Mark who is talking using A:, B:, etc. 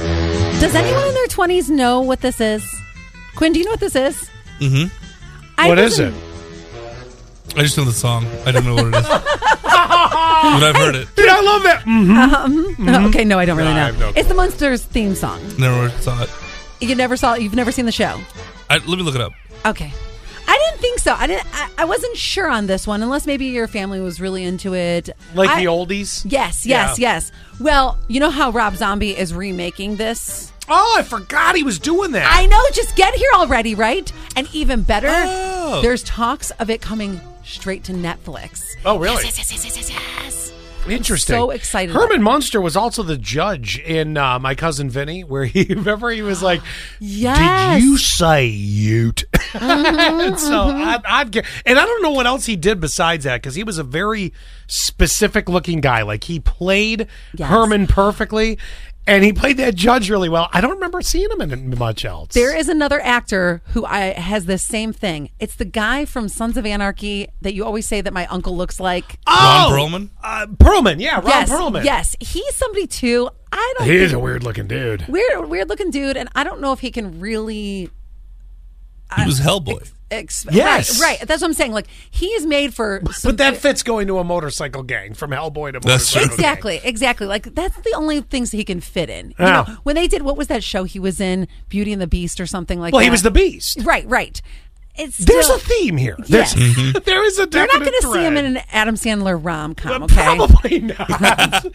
A: Does anyone in their 20s know what this is? Quinn, do you know what this is?
B: Mm-hmm.
A: I
C: What is it?
A: wasn't- Oh,
B: I just know the song. I don't know what it is, but I've heard it.
C: Dude, I love that. Mhm.
A: Okay, no, I don't really
C: No, I
A: know.
C: have no
A: it's the Monsters theme song.
B: Never saw it.
A: You never saw. You've never seen the show.
B: I, let me look it up.
A: Okay. I didn't think so. I didn't. I, I wasn't sure on this one, unless maybe your family was really into it.
C: Like
A: I-
C: the oldies.
A: Yes, yes,
C: Yeah.
A: yes. Well, you know how Rob Zombie is remaking this.
C: Oh, I forgot he was doing that.
A: I know. Just get here already, right? And even better,
B: Oh.
A: there's talks of it coming straight to Netflix.
C: oh, really?
A: Yes, yes, yes, yes, yes, yes.
C: Interesting.
A: so excited about
C: Herman
A: it.
C: Munster was also the judge in uh, My Cousin Vinny, where he remember he was like,
A: Yes.
C: "Did you say Ute?" and so I'd, I'd get, and I don't know what else he did besides that because he was a very specific looking guy. Like he played
A: Yes.
C: Herman perfectly, and he played that judge really well. I don't remember seeing him in much else.
A: There is another actor who I has the same thing. It's the guy from Sons of Anarchy that you always say that my uncle looks like.
C: oh,
B: Ron Perlman?
C: uh, Perlman, yeah, Ron
A: yes,
C: Perlman.
A: yes, he's somebody too. I don't.
C: he is a
A: think-
C: weird looking dude.
A: weird, weird looking dude, and I don't know if he can really.
B: It was Hellboy.
A: Exp-
C: Yes.
A: right, right. That's what I'm saying. Like he is made for. some-
C: But that fits going to a motorcycle gang from Hellboy to
B: That's true.
C: motorcycle gang.
A: Exactly, exactly. Like that's the only things he can fit in. You
C: Yeah.
A: know, when they did what was that show he was in, Beauty and the Beast or something like
C: Well,
A: that.
C: he was the beast.
A: right, right. It's
C: There's
A: still,
C: a theme here. There's,
A: Yes.
B: Mm-hmm.
C: there is a
A: You're not
C: definite
A: going to see him
C: thread.
A: in an Adam Sandler rom com.
C: Uh,
A: Okay,
C: Probably not.